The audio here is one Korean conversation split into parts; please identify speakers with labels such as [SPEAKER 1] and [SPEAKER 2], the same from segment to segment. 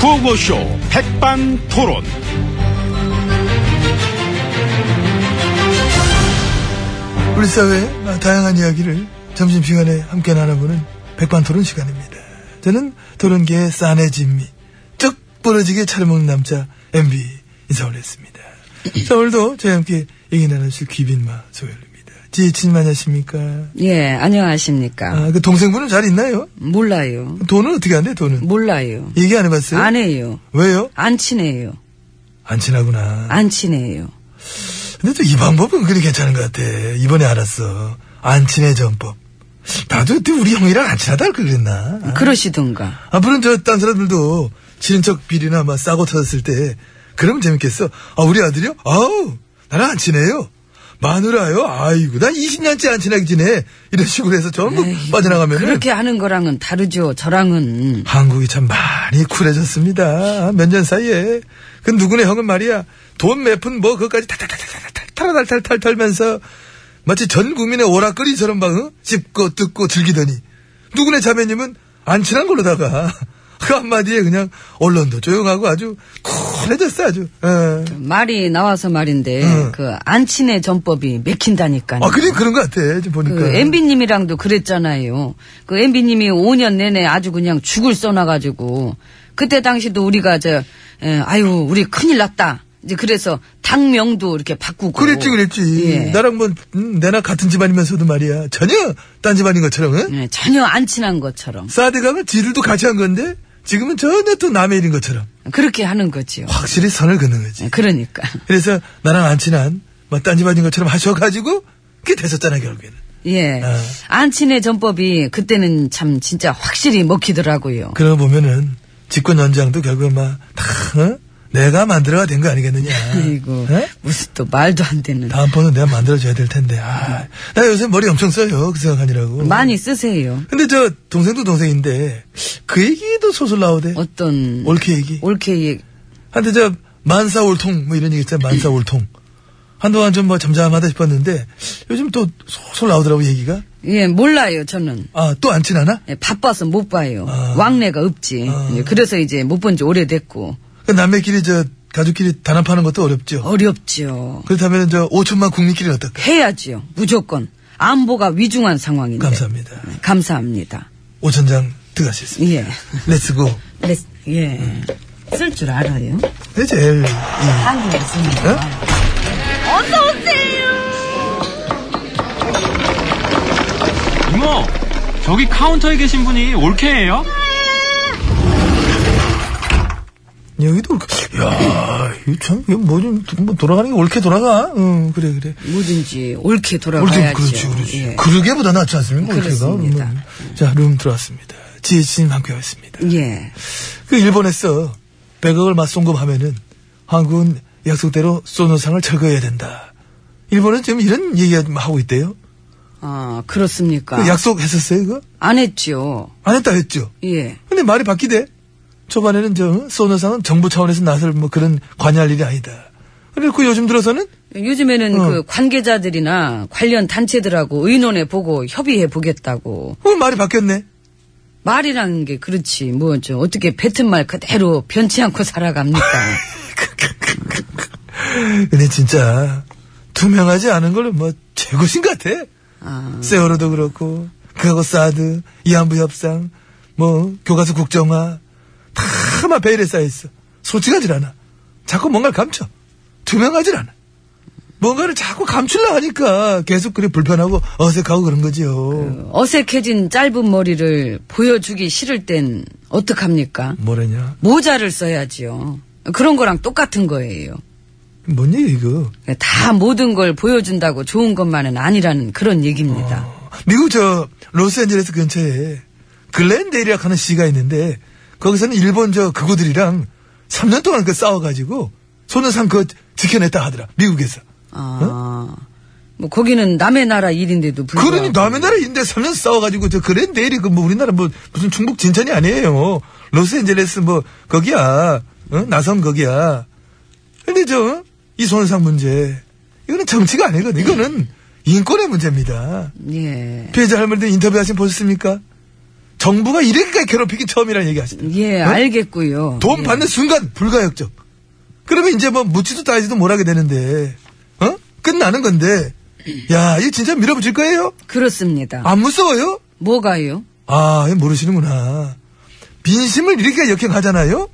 [SPEAKER 1] 구호쇼 백반토론.
[SPEAKER 2] 우리 사회의 다양한 이야기를 점심시간에 함께 나눠보는 백반토론 시간입니다. 저는 토론계의 싸네 진미, 쩍 부러지게 차려먹는 남자 MB 인사 올렸습니다. 자, 오늘도 저희 함께 얘기 나누실 귀빈마 소열입니다. 지혜진님 안녕하십니까?
[SPEAKER 3] 예, 안녕하십니까.
[SPEAKER 2] 아, 그 동생분은 잘 있나요?
[SPEAKER 3] 몰라요.
[SPEAKER 2] 돈은 어떻게 안 돼, 돈은?
[SPEAKER 3] 몰라요.
[SPEAKER 2] 얘기 안 해봤어요?
[SPEAKER 3] 안 해요.
[SPEAKER 2] 왜요?
[SPEAKER 3] 안 친해요.
[SPEAKER 2] 안 친하구나.
[SPEAKER 3] 안 친해요.
[SPEAKER 2] 근데 또 이 방법은 그리 괜찮은 것 같아. 이번에 알았어. 안 친해전법. 나도 그때 우리 형이랑 안 친하다 할걸 그랬나? 아.
[SPEAKER 3] 그러시던가.
[SPEAKER 2] 앞으로는 저 딴 사람들도 친척 비리나 막 싸고 터졌을 때 그러면 재밌겠어. 아 우리 아들이요? 아우 나랑 안 친해요. 마누라요? 아이고 난 20년째 안 친하게 지내. 이런 식으로 해서 전부
[SPEAKER 3] 에이,
[SPEAKER 2] 뭐 빠져나가면 은
[SPEAKER 3] 그렇게 하는 거랑은 다르죠. 저랑은.
[SPEAKER 2] 한국이 참 많이 쿨해졌습니다. 몇 년 사이에. 그 누구네 형은 말이야. 돈 몇 푼 뭐 그것까지 탈탈탈탈탈탈탈탈탈 털면서 마치 전 국민의 오락거리처럼 막 어? 씹고 뜯고 즐기더니 누구네 자매님은 안 친한 걸로다가 그 한마디에 그냥 언론도 조용하고 아주 쿨해졌어 아주. 어.
[SPEAKER 3] 말이 나와서 말인데,
[SPEAKER 2] 응.
[SPEAKER 3] 그, 안 친해 전법이 맥힌다니까요.
[SPEAKER 2] 아 그러니까. 그래 그런 것 같아 지금 보니까.
[SPEAKER 3] 그 MB님이랑도 그랬잖아요. 그 MB님이 5년 내내 아주 그냥 죽을 써놔가지고 그때 당시도 우리가 저 에, 아유 우리 큰일 났다. 이제 그래서 당명도 이렇게 바꾸고
[SPEAKER 2] 그랬지 그랬지.
[SPEAKER 3] 예.
[SPEAKER 2] 나랑 뭐 음, 내나 같은 집안이면서도 말이야 전혀 딴 집안인 것처럼. 응?
[SPEAKER 3] 예, 전혀 안 친한 것처럼
[SPEAKER 2] 사드강은 지들도 같이 한 건데 지금은 전혀 또 남의 일인 것처럼
[SPEAKER 3] 그렇게 하는 거지요.
[SPEAKER 2] 확실히 선을 긋는 거지.
[SPEAKER 3] 예, 그러니까
[SPEAKER 2] 그래서 나랑 안 친한 뭐 딴집안인 것처럼 하셔가지고 그게 됐었잖아 결국에는.
[SPEAKER 3] 예.
[SPEAKER 2] 아.
[SPEAKER 3] 안 친해 전법이 그때는 참 진짜 확실히 먹히더라고요.
[SPEAKER 2] 그러고 보면은 집권 연장도 결국은 막다 어? 내가 만들어가 된 거 아니겠느냐.
[SPEAKER 3] 아이고
[SPEAKER 2] 어?
[SPEAKER 3] 무슨 또 말도 안 되는
[SPEAKER 2] 다음번은 내가 만들어줘야 될 텐데. 아, 나 요새 머리 엄청 써요 그 생각하느라고.
[SPEAKER 3] 많이 쓰세요.
[SPEAKER 2] 근데 저 동생도 동생인데 그 얘기도 소설 나오대.
[SPEAKER 3] 어떤
[SPEAKER 2] 옳게 얘기.
[SPEAKER 3] 올케 얘기
[SPEAKER 2] 한때 저 만사 올통 뭐 이런 얘기 있잖아요.
[SPEAKER 3] 예.
[SPEAKER 2] 만사 올통. 한동안 좀 뭐 잠잠하다 싶었는데 요즘 또 솔솔 나오더라고 얘기가.
[SPEAKER 3] 예 몰라요 저는.
[SPEAKER 2] 아, 또 안 친하나?
[SPEAKER 3] 예, 바빠서 못 봐요.
[SPEAKER 2] 아.
[SPEAKER 3] 왕래가 없지.
[SPEAKER 2] 아.
[SPEAKER 3] 예, 그래서 이제 못 본 지 오래됐고
[SPEAKER 2] 그 남매끼리 저 가족끼리 단합하는 것도 어렵죠.
[SPEAKER 3] 어렵죠.
[SPEAKER 2] 그렇다면 저 5천만 국민끼리 는 어떨까?
[SPEAKER 3] 해야지요. 무조건 안보가 위중한 상황인데.
[SPEAKER 2] 감사합니다.
[SPEAKER 3] 예, 감사합니다.
[SPEAKER 2] 5천장 들어가셨습니다.
[SPEAKER 3] 예.
[SPEAKER 2] 렛츠고.
[SPEAKER 3] 네, 예. 쓸 줄 알아요?
[SPEAKER 2] 네, 제일. 이-
[SPEAKER 3] 한국에 쓰는
[SPEAKER 2] 어?
[SPEAKER 4] 이모, 저기 카운터에 계신 분이 올케예요?
[SPEAKER 2] 여기도, 올- 야, 이거 참, 이거 뭐 좀, 뭐 돌아가는 게 옳게 돌아가. 응, 그래, 그래.
[SPEAKER 3] 뭐든지 옳게
[SPEAKER 2] 옳게,
[SPEAKER 3] 돌아가야죠.
[SPEAKER 2] 그렇지, 그렇지.
[SPEAKER 3] 예.
[SPEAKER 2] 그러게보다 낫지 않습니까? 옳게가.
[SPEAKER 3] 그렇습니다.
[SPEAKER 2] 음. 자, 룸 들어왔습니다. 지혜씨님 함께 왔습니다.
[SPEAKER 3] 예.
[SPEAKER 2] 그 일본에서 100억을 맞송금하면은 한국은 약속대로 소노상을 철거해야 된다. 일본은 지금 이런 얘기 하고 있대요.
[SPEAKER 3] 아 그렇습니까?
[SPEAKER 2] 그 약속했었어요, 그거?
[SPEAKER 3] 안 했죠.
[SPEAKER 2] 안 했다 했죠.
[SPEAKER 3] 예.
[SPEAKER 2] 근데 말이 바뀌대. 초반에는 저 소노상은 정부 차원에서 나설 뭐 그런 관여할 일이 아니다. 그리고 요즘 들어서는
[SPEAKER 3] 요즘에는
[SPEAKER 2] 어.
[SPEAKER 3] 그 관계자들이나 관련 단체들하고 의논해 보고 협의해 보겠다고
[SPEAKER 2] 어, 말이 바뀌었네.
[SPEAKER 3] 말이라는 게 그렇지 뭐 저 어떻게 뱉은 말 그대로 변치 않고 살아갑니까?
[SPEAKER 2] 근데 진짜 투명하지 않은 걸 뭐 최고신 것 같아.
[SPEAKER 3] 아,
[SPEAKER 2] 세월호도 그렇고 그거 사드 이한부 협상 뭐 교과서 국정화 다막 베일에 쌓여 있어 솔직하질 않아 자꾸 뭔가를 감춰 투명하질 않아 뭔가를 자꾸 감추려 하니까 계속 그래 불편하고 어색하고 그런 거지요
[SPEAKER 3] 어색해진 짧은 머리를 보여주기 싫을 땐 어떡합니까?
[SPEAKER 2] 뭐라냐
[SPEAKER 3] 모자를 써야지요. 그런 거랑 똑같은 거예요.
[SPEAKER 2] 뭔 얘기 이거
[SPEAKER 3] 다 모든 걸 보여준다고 좋은 것만은 아니라는 그런 얘기입니다.
[SPEAKER 2] 미국 저 로스앤젤레스 근처에 글렌데일이라고 하는 시가 있는데 거기서는 일본 저 그구들이랑 3년 동안 그 싸워가지고 소녀상 그거 지켜냈다 하더라 미국에서
[SPEAKER 3] 아, 뭐 거기는 남의 나라 일인데도 불구하고
[SPEAKER 2] 네? 그러니 남의 나라 인데 3년 싸워가지고 저 그랜데일이 그 뭐 우리나라 뭐 무슨 중국 진천이 아니에요. 로스앤젤레스 뭐 거기야. 어? 나성 거기야. 근데 저 어? 이 손상 문제 이거는 정치가 아니거든. 이거는 인권의 문제입니다.
[SPEAKER 3] 예.
[SPEAKER 2] 피해자 할머니들 인터뷰 하신 보셨습니까? 정부가 이렇게까지 괴롭히기 처음이라는 얘기 하시죠.
[SPEAKER 3] 예,
[SPEAKER 2] 어?
[SPEAKER 3] 알겠고요.
[SPEAKER 2] 돈
[SPEAKER 3] 예.
[SPEAKER 2] 받는 순간 불가역적. 그러면 이제 뭐 묻지도 따지도 못하게 되는데, 어? 끝나는 건데, 야, 이거 진짜 밀어붙일 거예요?
[SPEAKER 3] 그렇습니다.
[SPEAKER 2] 안 무서워요?
[SPEAKER 3] 뭐가요?
[SPEAKER 2] 아, 이거 모르시는구나. 민심을 이렇게 역행하잖아요?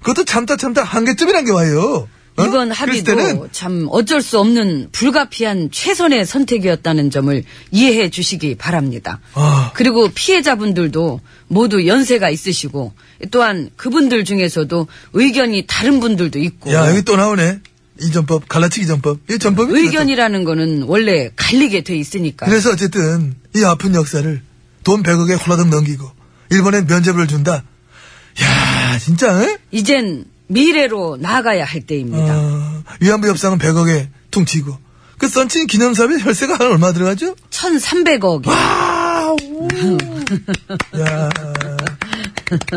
[SPEAKER 2] 그것도 참다 참다 한계쯤이란 게 와요. 어?
[SPEAKER 3] 이번
[SPEAKER 2] 그랬을
[SPEAKER 3] 합의도
[SPEAKER 2] 때는
[SPEAKER 3] 참 어쩔 수 없는 불가피한 최선의 선택이었다는 점을 이해해 주시기 바랍니다.
[SPEAKER 2] 아.
[SPEAKER 3] 그리고 피해자분들도 모두 연세가 있으시고 또한 그분들 중에서도 의견이 다른 분들도 있고
[SPEAKER 2] 야, 여기 또 나오네. 이 전법, 갈라치기 전법. 이 전법이
[SPEAKER 3] 의견이라는 거는 원래 갈리게 돼 있으니까.
[SPEAKER 2] 그래서 어쨌든 이 아픈 역사를 돈 100억에 홀라당 넘기고 일본엔 면접을 준다. 야, 진짜 에?
[SPEAKER 3] 이젠 미래로 나아가야 할 때입니다.
[SPEAKER 2] 어, 위안부 협상은 100억에 퉁치고 그 썬친 기념사업에 혈세가 한 얼마 들어가죠?
[SPEAKER 3] 1,300억이
[SPEAKER 2] 아우. 야.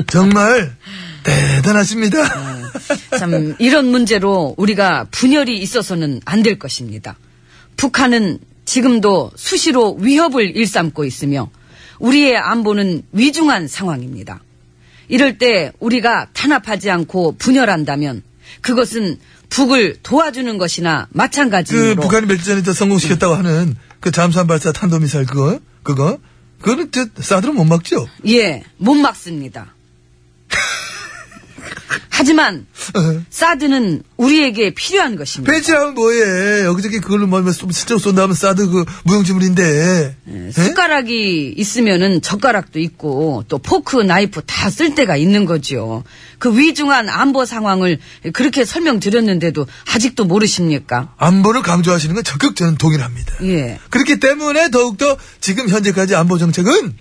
[SPEAKER 2] 정말
[SPEAKER 3] 네,
[SPEAKER 2] 대단하십니다. 그
[SPEAKER 3] 참 이런 문제로 우리가 분열이 있어서는 안 될 것입니다. 북한은 지금도 수시로 위협을 일삼고 있으며 우리의 안보는 위중한 상황입니다. 이럴 때 우리가 탄압하지 않고 분열한다면 그것은 북을 도와주는 것이나
[SPEAKER 2] 그
[SPEAKER 3] 마찬가지로
[SPEAKER 2] 북한이 며칠 전에 저 성공시켰다고 하는 그 잠수함 발사 탄도미사일 그거 그거 그거는 저 사드로 못 막죠?
[SPEAKER 3] 예, 못 막습니다. 하지만 사드는 우리에게 필요한 것입니다.
[SPEAKER 2] 배치하면 뭐해? 여기저기 그걸로 뭐 실제로 쏜다면 사드 그 무용지물인데.
[SPEAKER 3] 네,
[SPEAKER 2] 예?
[SPEAKER 3] 숟가락이 있으면은 젓가락도 있고 또 포크 나이프 다 쓸 때가 있는 거지요. 그 위중한 안보 상황을 그렇게 설명드렸는데도 아직도 모르십니까?
[SPEAKER 2] 안보를 강조하시는 건 적극 저는 동의를 합니다.
[SPEAKER 3] 예.
[SPEAKER 2] 그렇기 때문에 더욱더 지금 현재까지 안보 정책은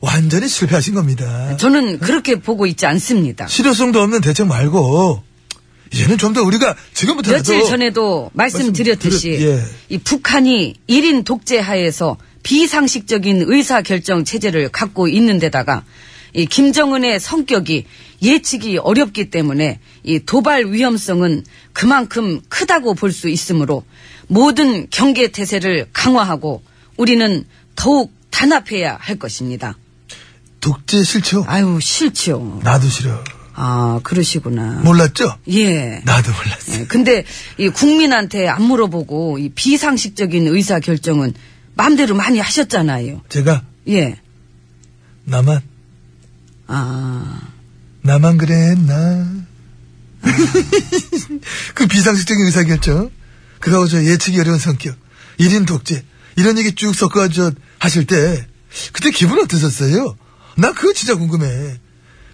[SPEAKER 2] 완전히 실패하신 겁니다.
[SPEAKER 3] 저는 그렇게 보고 있지 않습니다.
[SPEAKER 2] 실효성도 없는 대책 말고 이제는 좀 더 우리가 지금부터라도
[SPEAKER 3] 며칠 전에도 말씀드렸듯이
[SPEAKER 2] 말씀드렸- 예.
[SPEAKER 3] 이 북한이 1인 독재 하에서 비상식적인 의사결정 체제를 갖고 있는 데다가 이 김정은의 성격이 예측이 어렵기 때문에 이 도발 위험성은 그만큼 크다고 볼 수 있으므로 모든 경계 태세를 강화하고 우리는 더욱 단합해야 할 것입니다.
[SPEAKER 2] 독재 싫죠?
[SPEAKER 3] 아유 싫지요.
[SPEAKER 2] 나도 싫어.
[SPEAKER 3] 아 그러시구나.
[SPEAKER 2] 몰랐죠?
[SPEAKER 3] 예.
[SPEAKER 2] 나도 몰랐어.
[SPEAKER 3] 예, 근데 이 국민한테 안 물어보고 이 비상식적인 의사 결정은 마음대로 많이 하셨잖아요.
[SPEAKER 2] 제가
[SPEAKER 3] 예.
[SPEAKER 2] 나만
[SPEAKER 3] 아.
[SPEAKER 2] 나만 그랬나? 그 비상식적인 의사결정. 그러고 저 예측이 어려운 성격. 1인 독재. 이런 얘기 쭉 섞어 저 하실 때, 그때 기분 어떠셨어요? 나 그거 진짜 궁금해.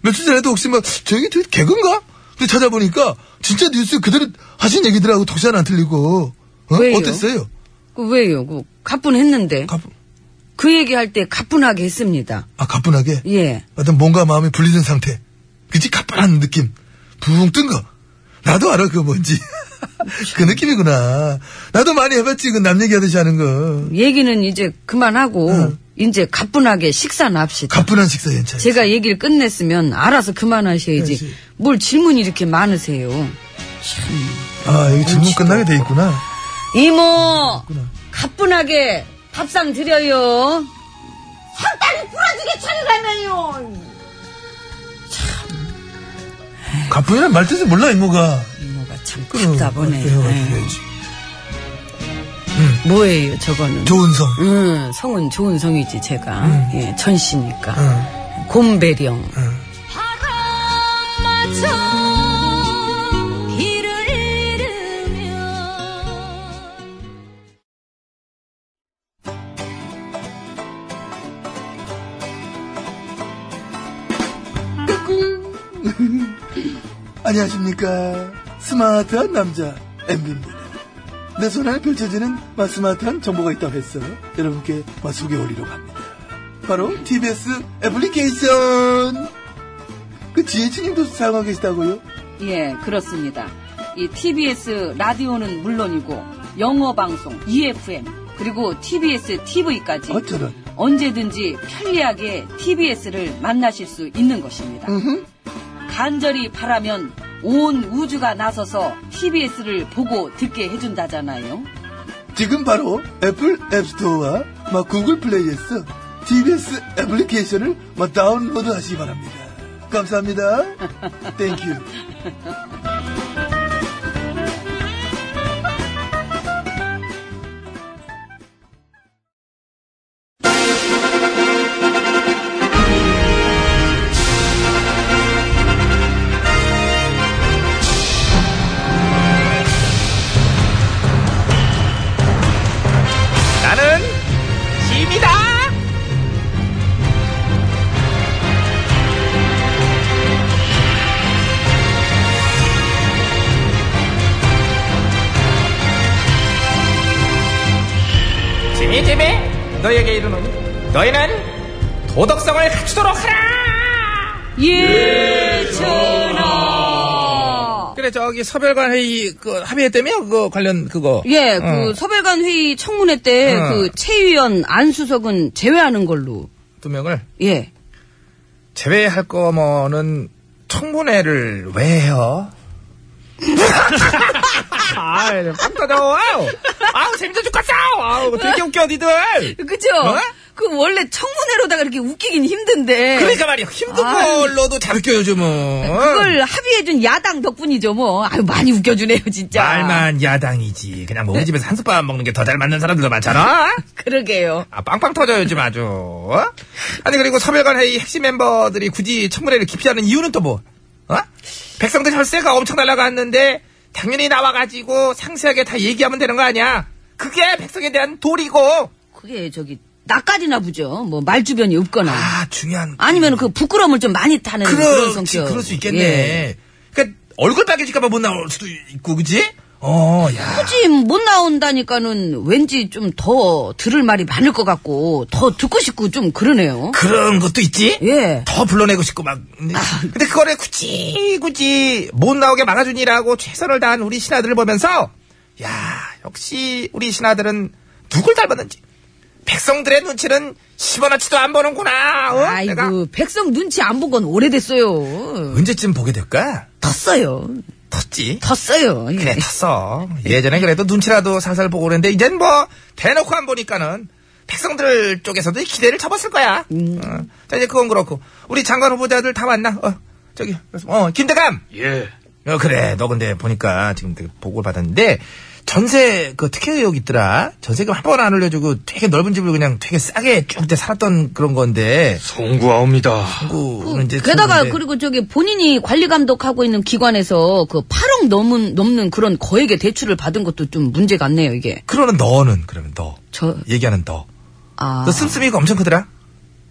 [SPEAKER 2] 며칠 전에도 혹시 막, 저 얘기 되게 개그인가? 근데 찾아보니까, 진짜 뉴스 그대로 하신 얘기들하고 독시 하나 안 틀리고, 어?
[SPEAKER 3] 왜요?
[SPEAKER 2] 어땠어요?
[SPEAKER 3] 그 왜요? 그 가뿐했는데.
[SPEAKER 2] 가,
[SPEAKER 3] 그 얘기할 때 가뿐하게 했습니다.
[SPEAKER 2] 아, 가뿐하게?
[SPEAKER 3] 예.
[SPEAKER 2] 어떤 몸과 마음이 분리된 상태. 그치? 가뿐한 느낌. 붕 뜬 거. 나도 알아, 그거 뭔지. 그 느낌이구나. 나도 많이 해봤지, 그 남 얘기하듯이 하는 거.
[SPEAKER 3] 얘기는 이제 그만하고 이제 가뿐하게 식사나
[SPEAKER 2] 음.
[SPEAKER 3] 합시다.
[SPEAKER 2] 가뿐한 식사 연차.
[SPEAKER 3] 제가 얘기를 끝냈으면 알아서 그만하셔야지.
[SPEAKER 2] 그렇지.
[SPEAKER 3] 뭘 질문이 이렇게 많으세요.
[SPEAKER 2] 아, 여기 질문 끝나게 돼 있구나.
[SPEAKER 3] 이모! 가뿐하게 밥상 드려요.
[SPEAKER 2] 가뿐이란 말뜻을 몰라, 이모가.
[SPEAKER 3] 이모가 참
[SPEAKER 2] 그럼
[SPEAKER 3] 답답하네.
[SPEAKER 2] 어때요?
[SPEAKER 3] 에휴.
[SPEAKER 2] 어때요?
[SPEAKER 3] 뭐예요, 저거는?
[SPEAKER 2] 좋은 성.
[SPEAKER 3] 음, 성은 좋은 성이지, 제가. 예, 천씨니까.
[SPEAKER 2] 응.
[SPEAKER 3] 곰배령.
[SPEAKER 2] 안녕하십니까. 스마트한 남자, MB입니다. 내 손안에 펼쳐지는 막 스마트한 정보가 있다고 해서 여러분께 막 소개해드리려고 합니다. 바로 TBS 애플리케이션! 그 지혜진님도 사용하고 계시다고요?
[SPEAKER 3] 예, 그렇습니다. 이 TBS 라디오는 물론이고, 영어 방송, EFM, 그리고 TBS TV까지
[SPEAKER 2] 어쩌면
[SPEAKER 3] 언제든지 편리하게 TBS를 만나실 수 있는 것입니다. 간절히 바라면 온 우주가 나서서 TBS를 보고 듣게 해준다잖아요.
[SPEAKER 2] 지금 바로 애플 앱스토어와 막 구글 플레이에서 TBS 애플리케이션을 뭐 다운로드 하시기 바랍니다. 감사합니다. 땡큐.
[SPEAKER 5] 나는 짐이다. 짐이 짐이 너에게 이르는 너희는 도덕성을 갖추도록 하라.
[SPEAKER 3] 예, 전하.
[SPEAKER 1] 그래 저기 서별관 회의 그 합의했다며 그거 관련 그거
[SPEAKER 3] 예, 그
[SPEAKER 1] 어,
[SPEAKER 3] 서별관 회의 청문회 때
[SPEAKER 1] 어.
[SPEAKER 3] 그 최의원 안수석은 제외하는 걸로.
[SPEAKER 1] 두 명을
[SPEAKER 3] 예.
[SPEAKER 1] 제외할 거면은 청문회를 왜 해요? 아, 빵 터져. 아우, 아우, 재밌어 죽겠어. 아우, 되게 웃겨, 니들.
[SPEAKER 3] 그죠?
[SPEAKER 1] 어?
[SPEAKER 3] 그 원래 청문회로다가 이렇게 웃기긴 힘든데.
[SPEAKER 1] 그러니까 어. 말이야. 힘든
[SPEAKER 3] 아이.
[SPEAKER 1] 걸로도 잘 웃겨, 요즘은.
[SPEAKER 3] 그걸 합의해준 야당 덕분이죠, 뭐. 아유, 많이 웃겨주네요, 진짜.
[SPEAKER 1] 말만 야당이지. 그냥 뭐 우리 집에서 한솥밥 먹는 게 더 잘 맞는 사람들도 많잖아.
[SPEAKER 3] 그러게요.
[SPEAKER 1] 아, 빵빵 터져요, 요즘 아주. 어? 아니, 그리고 서별관 회의 핵심 멤버들이 굳이 청문회를 기피하는 이유는 또 뭐? 어? 백성들 혈세가 엄청 날라갔는데, 당연히 나와가지고 상세하게 다 얘기하면 되는 거 아니야? 그게 백성에 대한 도리고.
[SPEAKER 3] 그게 저기, 나까지나 보죠. 뭐, 말주변이 없거나.
[SPEAKER 1] 아, 중요한.
[SPEAKER 3] 아니면 그 부끄러움을 좀 많이 타는 그런
[SPEAKER 1] 그렇지,
[SPEAKER 3] 성격.
[SPEAKER 1] 그럴 수 있겠네.
[SPEAKER 3] 예.
[SPEAKER 1] 그니까, 얼굴 빨개질까봐 못 나올 수도 있고, 그지? 어, 야.
[SPEAKER 3] 굳이 못 나온다니까는 왠지 좀 더 들을 말이 많을 것 같고 더 듣고 싶고 좀 그러네요.
[SPEAKER 1] 그런 것도 있지?
[SPEAKER 3] 예. 아.
[SPEAKER 1] 더 불러내고 싶고 막. 근데 그거를 굳이 굳이 못 나오게 막아주니라고 최선을 다한 우리 신하들을 보면서 야 역시 우리 신하들은 누굴 닮았는지 백성들의 눈치는 10원어치도 안 보는구나. 어?
[SPEAKER 3] 아이고
[SPEAKER 1] 내가
[SPEAKER 3] 백성 눈치 안 본 건 오래됐어요.
[SPEAKER 1] 언제쯤 보게 될까?
[SPEAKER 3] 텄어요.
[SPEAKER 1] 텄지.
[SPEAKER 3] 텄어요. 예.
[SPEAKER 1] 그래 텄어. 네, 예전에 그래도 눈치라도 살살 보고 그랬는데 이젠 뭐 대놓고 안 보니까는 백성들 쪽에서도 기대를 접었을 거야.
[SPEAKER 3] 음.
[SPEAKER 1] 어. 자 이제 그건 그렇고 우리 장관 후보자들 다 왔나? 어 저기 어 김대감.
[SPEAKER 4] 예.
[SPEAKER 1] 어, 그래. 너 근데 보니까 지금 되게 보고를 받았는데, 전세, 그 특혜 의혹 있더라. 전세금 한 번 안 올려주고 되게 넓은 집을 그냥 되게 싸게 쭉 이제 살았던 그런 건데.
[SPEAKER 4] 송구하옵니다.
[SPEAKER 1] 그, 이제
[SPEAKER 3] 게다가
[SPEAKER 1] 그런데
[SPEAKER 3] 그리고 저기 본인이 관리 감독하고 있는 기관에서 그 8억 넘은 넘는 그런 거액의 대출을 받은 것도 좀 문제 같네요 이게.
[SPEAKER 1] 그러는 너는, 그러면 너.
[SPEAKER 3] 저
[SPEAKER 1] 얘기하는 너.
[SPEAKER 3] 아.
[SPEAKER 1] 너 씀씀이가 엄청 크더라.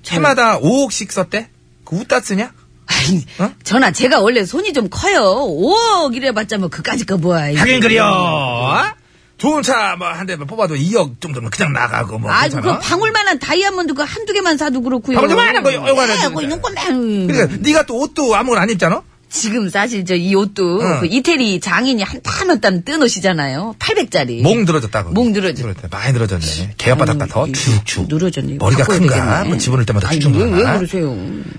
[SPEAKER 1] 해마다 5억씩 썼대? 그 웃다 쓰냐?
[SPEAKER 3] 아니,
[SPEAKER 1] 어?
[SPEAKER 3] 전하 제가 원래 손이 좀 커요. 5억 이래봤자 뭐 그까짓 거 뭐야. 이게.
[SPEAKER 1] 하긴 그려. 어? 좋은 차 뭐 한 대만 뽑아도 2억 정도면 그냥 나가고 뭐.
[SPEAKER 3] 아이고,
[SPEAKER 1] 괜찮아.
[SPEAKER 3] 그 방울만한 다이아몬드 그 한두 개만 사도 그렇고요.
[SPEAKER 1] 방울만한 거 요- 요거는
[SPEAKER 3] 예, 그 이런 거만.
[SPEAKER 1] 그러니까 네가 또 옷도 아무거나 안 입잖아?
[SPEAKER 3] 지금 사실 저 이 옷도
[SPEAKER 1] 응.
[SPEAKER 3] 그 이태리 장인이 한땀한땀 뜬 옷이잖아요. 800짜리.
[SPEAKER 1] 몽 늘어졌다고.
[SPEAKER 3] 예. 몽 늘어졌-
[SPEAKER 1] 늘어졌다. 많이 늘어졌네. 개업바닥 같아.
[SPEAKER 3] 아유,
[SPEAKER 1] 쭉쭉.
[SPEAKER 3] 늘어졌네.
[SPEAKER 1] 머리가
[SPEAKER 3] 바꿔야
[SPEAKER 1] 큰가?
[SPEAKER 3] 되겠네.
[SPEAKER 1] 뭐 집어넣을 때마다
[SPEAKER 3] 아니,
[SPEAKER 1] 쭉쭉
[SPEAKER 3] 왜, 왜
[SPEAKER 1] 늘어나.
[SPEAKER 3] 그러세요?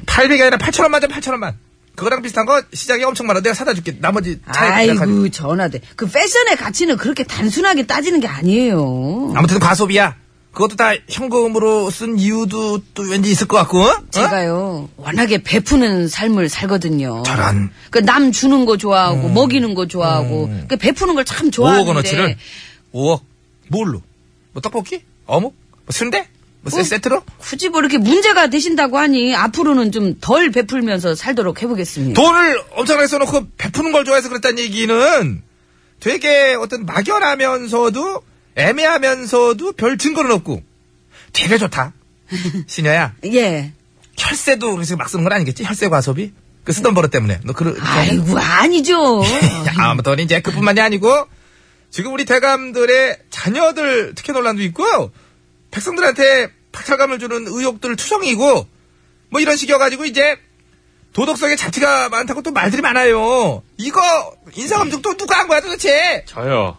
[SPEAKER 1] 800이 아니라 8,000원 맞아, 8,000원만. 그거랑 비슷한 거 시작이 엄청 많아. 내가 사다 줄게. 나머지 차에 그냥 가지고.
[SPEAKER 3] 아이고, 전화대. 그 패션의 가치는 그렇게 단순하게 따지는 게 아니에요.
[SPEAKER 1] 아무튼 어? 과소비야. 그것도 다 현금으로 쓴 이유도 또 왠지 있을 것 같고. 어?
[SPEAKER 3] 제가요, 워낙에 베푸는 삶을 살거든요.
[SPEAKER 1] 저런.
[SPEAKER 3] 그 남 주는 거 좋아하고,
[SPEAKER 1] 음.
[SPEAKER 3] 먹이는 거 좋아하고, 그 베푸는 걸 참
[SPEAKER 1] 5억
[SPEAKER 3] 좋아하는데.
[SPEAKER 1] 원어치를 5억 뭘로? 뭐 떡볶이? 어묵? 뭐 순대? 뭐 세-
[SPEAKER 3] 어?
[SPEAKER 1] 세트로?
[SPEAKER 3] 굳이 뭐 이렇게 문제가 되신다고 하니 앞으로는 좀 덜 베풀면서 살도록 해보겠습니다.
[SPEAKER 1] 돈을 엄청나게 써놓고 베푸는 걸 좋아해서 그랬다는 얘기는 되게 어떤 막연하면서도 애매하면서도 별 증거는 없고 되게 좋다. 신여야,
[SPEAKER 3] 예.
[SPEAKER 1] 혈세도 그래서 막 쓰는 건 아니겠지? 혈세 과소비? 그 쓰던 버릇 때문에. 너 그러,
[SPEAKER 3] 아이고 어, 아니죠.
[SPEAKER 1] 야, 아무튼 이제 그뿐만이 아니고 지금 우리 대감들의 자녀들 특혜 논란도 있고 백성들한테 박탈감을 주는 의혹들 투성이고 뭐 이런 식이어가지고 이제 도덕성에 자체가 많다고 또 말들이 많아요. 이거 인사검증 또 누가 한 거야 도대체?
[SPEAKER 4] 저요.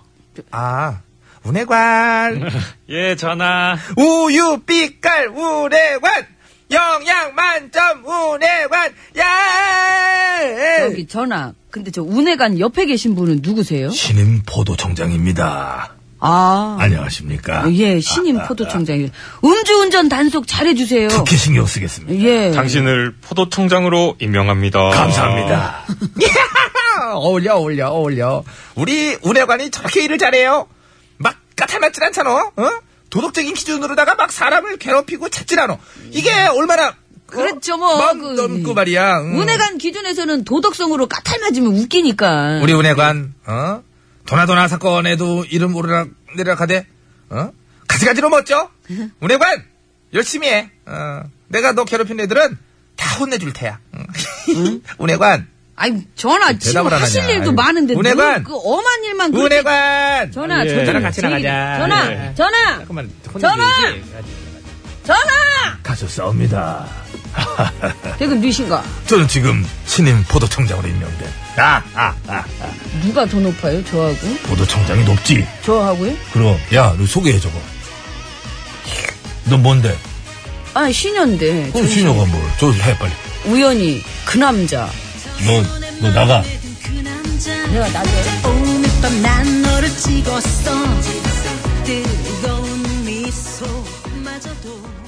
[SPEAKER 1] 아 우뇌관
[SPEAKER 4] 예, 전하.
[SPEAKER 1] 우유 빛깔 우뇌관 영양 만점 우뇌관 야
[SPEAKER 3] 여기 전화. 근데 저 운해관 옆에 계신 분은 누구세요?
[SPEAKER 1] 신임 보도청장입니다. 어.
[SPEAKER 3] 아.
[SPEAKER 2] 안녕하십니까?
[SPEAKER 3] 예,
[SPEAKER 1] 아,
[SPEAKER 3] 신임 포도청장. 음주운전 단속 잘해주세요.
[SPEAKER 1] 그
[SPEAKER 2] 특히 신경 쓰겠습니다.
[SPEAKER 3] 예.
[SPEAKER 4] 당신을 포도총장으로 임명합니다.
[SPEAKER 2] 감사합니다.
[SPEAKER 1] 어. 어울려 어울려 어울려 우리 운해관이 저렇게 일을 잘해요 막 까탈맞질 않잖아 어? 도덕적인 기준으로다가 막 사람을 괴롭히고 찾질 않아 이게 얼마나 어?
[SPEAKER 3] 그렇죠, 뭐.
[SPEAKER 1] 마음
[SPEAKER 3] 그,
[SPEAKER 1] 넘고 말이야 음. 응.
[SPEAKER 3] 운해관 기준에서는 도덕성으로 까탈맞으면 웃기니까.
[SPEAKER 1] 우리 운해관 어? 도나도나 사건에도 이름 오르락 내리락 하대 어? 가지가지로 멋져 운해관 열심히 해 어. 내가 너 괴롭힌 애들은 다 혼내줄 테야 응. 운해관
[SPEAKER 3] 아니, 전화 지금
[SPEAKER 1] 대답을 안
[SPEAKER 3] 하실
[SPEAKER 1] 하냐.
[SPEAKER 3] 일도
[SPEAKER 1] 아이고.
[SPEAKER 3] 많은데.
[SPEAKER 1] 운해관!
[SPEAKER 3] 늘그 엄한 일만. 그렇게-
[SPEAKER 1] 운해관
[SPEAKER 3] 전화,
[SPEAKER 4] 예.
[SPEAKER 3] 전화.
[SPEAKER 4] 저랑
[SPEAKER 1] 같이
[SPEAKER 3] 저기,
[SPEAKER 1] 나가자.
[SPEAKER 3] 전화,
[SPEAKER 1] 예.
[SPEAKER 3] 전화,
[SPEAKER 1] 잠깐만
[SPEAKER 3] 전화! 전화!
[SPEAKER 2] 가서 싸웁니다.
[SPEAKER 3] 대금 누신가?
[SPEAKER 2] 저는 지금 신임 포도청장으로 임명된. 아, 아, 아.
[SPEAKER 3] 누가 더 높아요? 저하고?
[SPEAKER 2] 포도청장이 높지.
[SPEAKER 3] 저하고요?
[SPEAKER 2] 그럼, 야, 너 소개해, 저거. 너 뭔데?
[SPEAKER 3] 아, 신현대.
[SPEAKER 1] 어.
[SPEAKER 2] 그럼 신효가 뭘? 저거 해, 빨리.
[SPEAKER 3] 우연히, 그 남자.
[SPEAKER 2] 너, 너 나가.
[SPEAKER 3] 내가 나중에.
[SPEAKER 6] 오늘 밤 난 너를 찍었어 뜨거운 미소마저도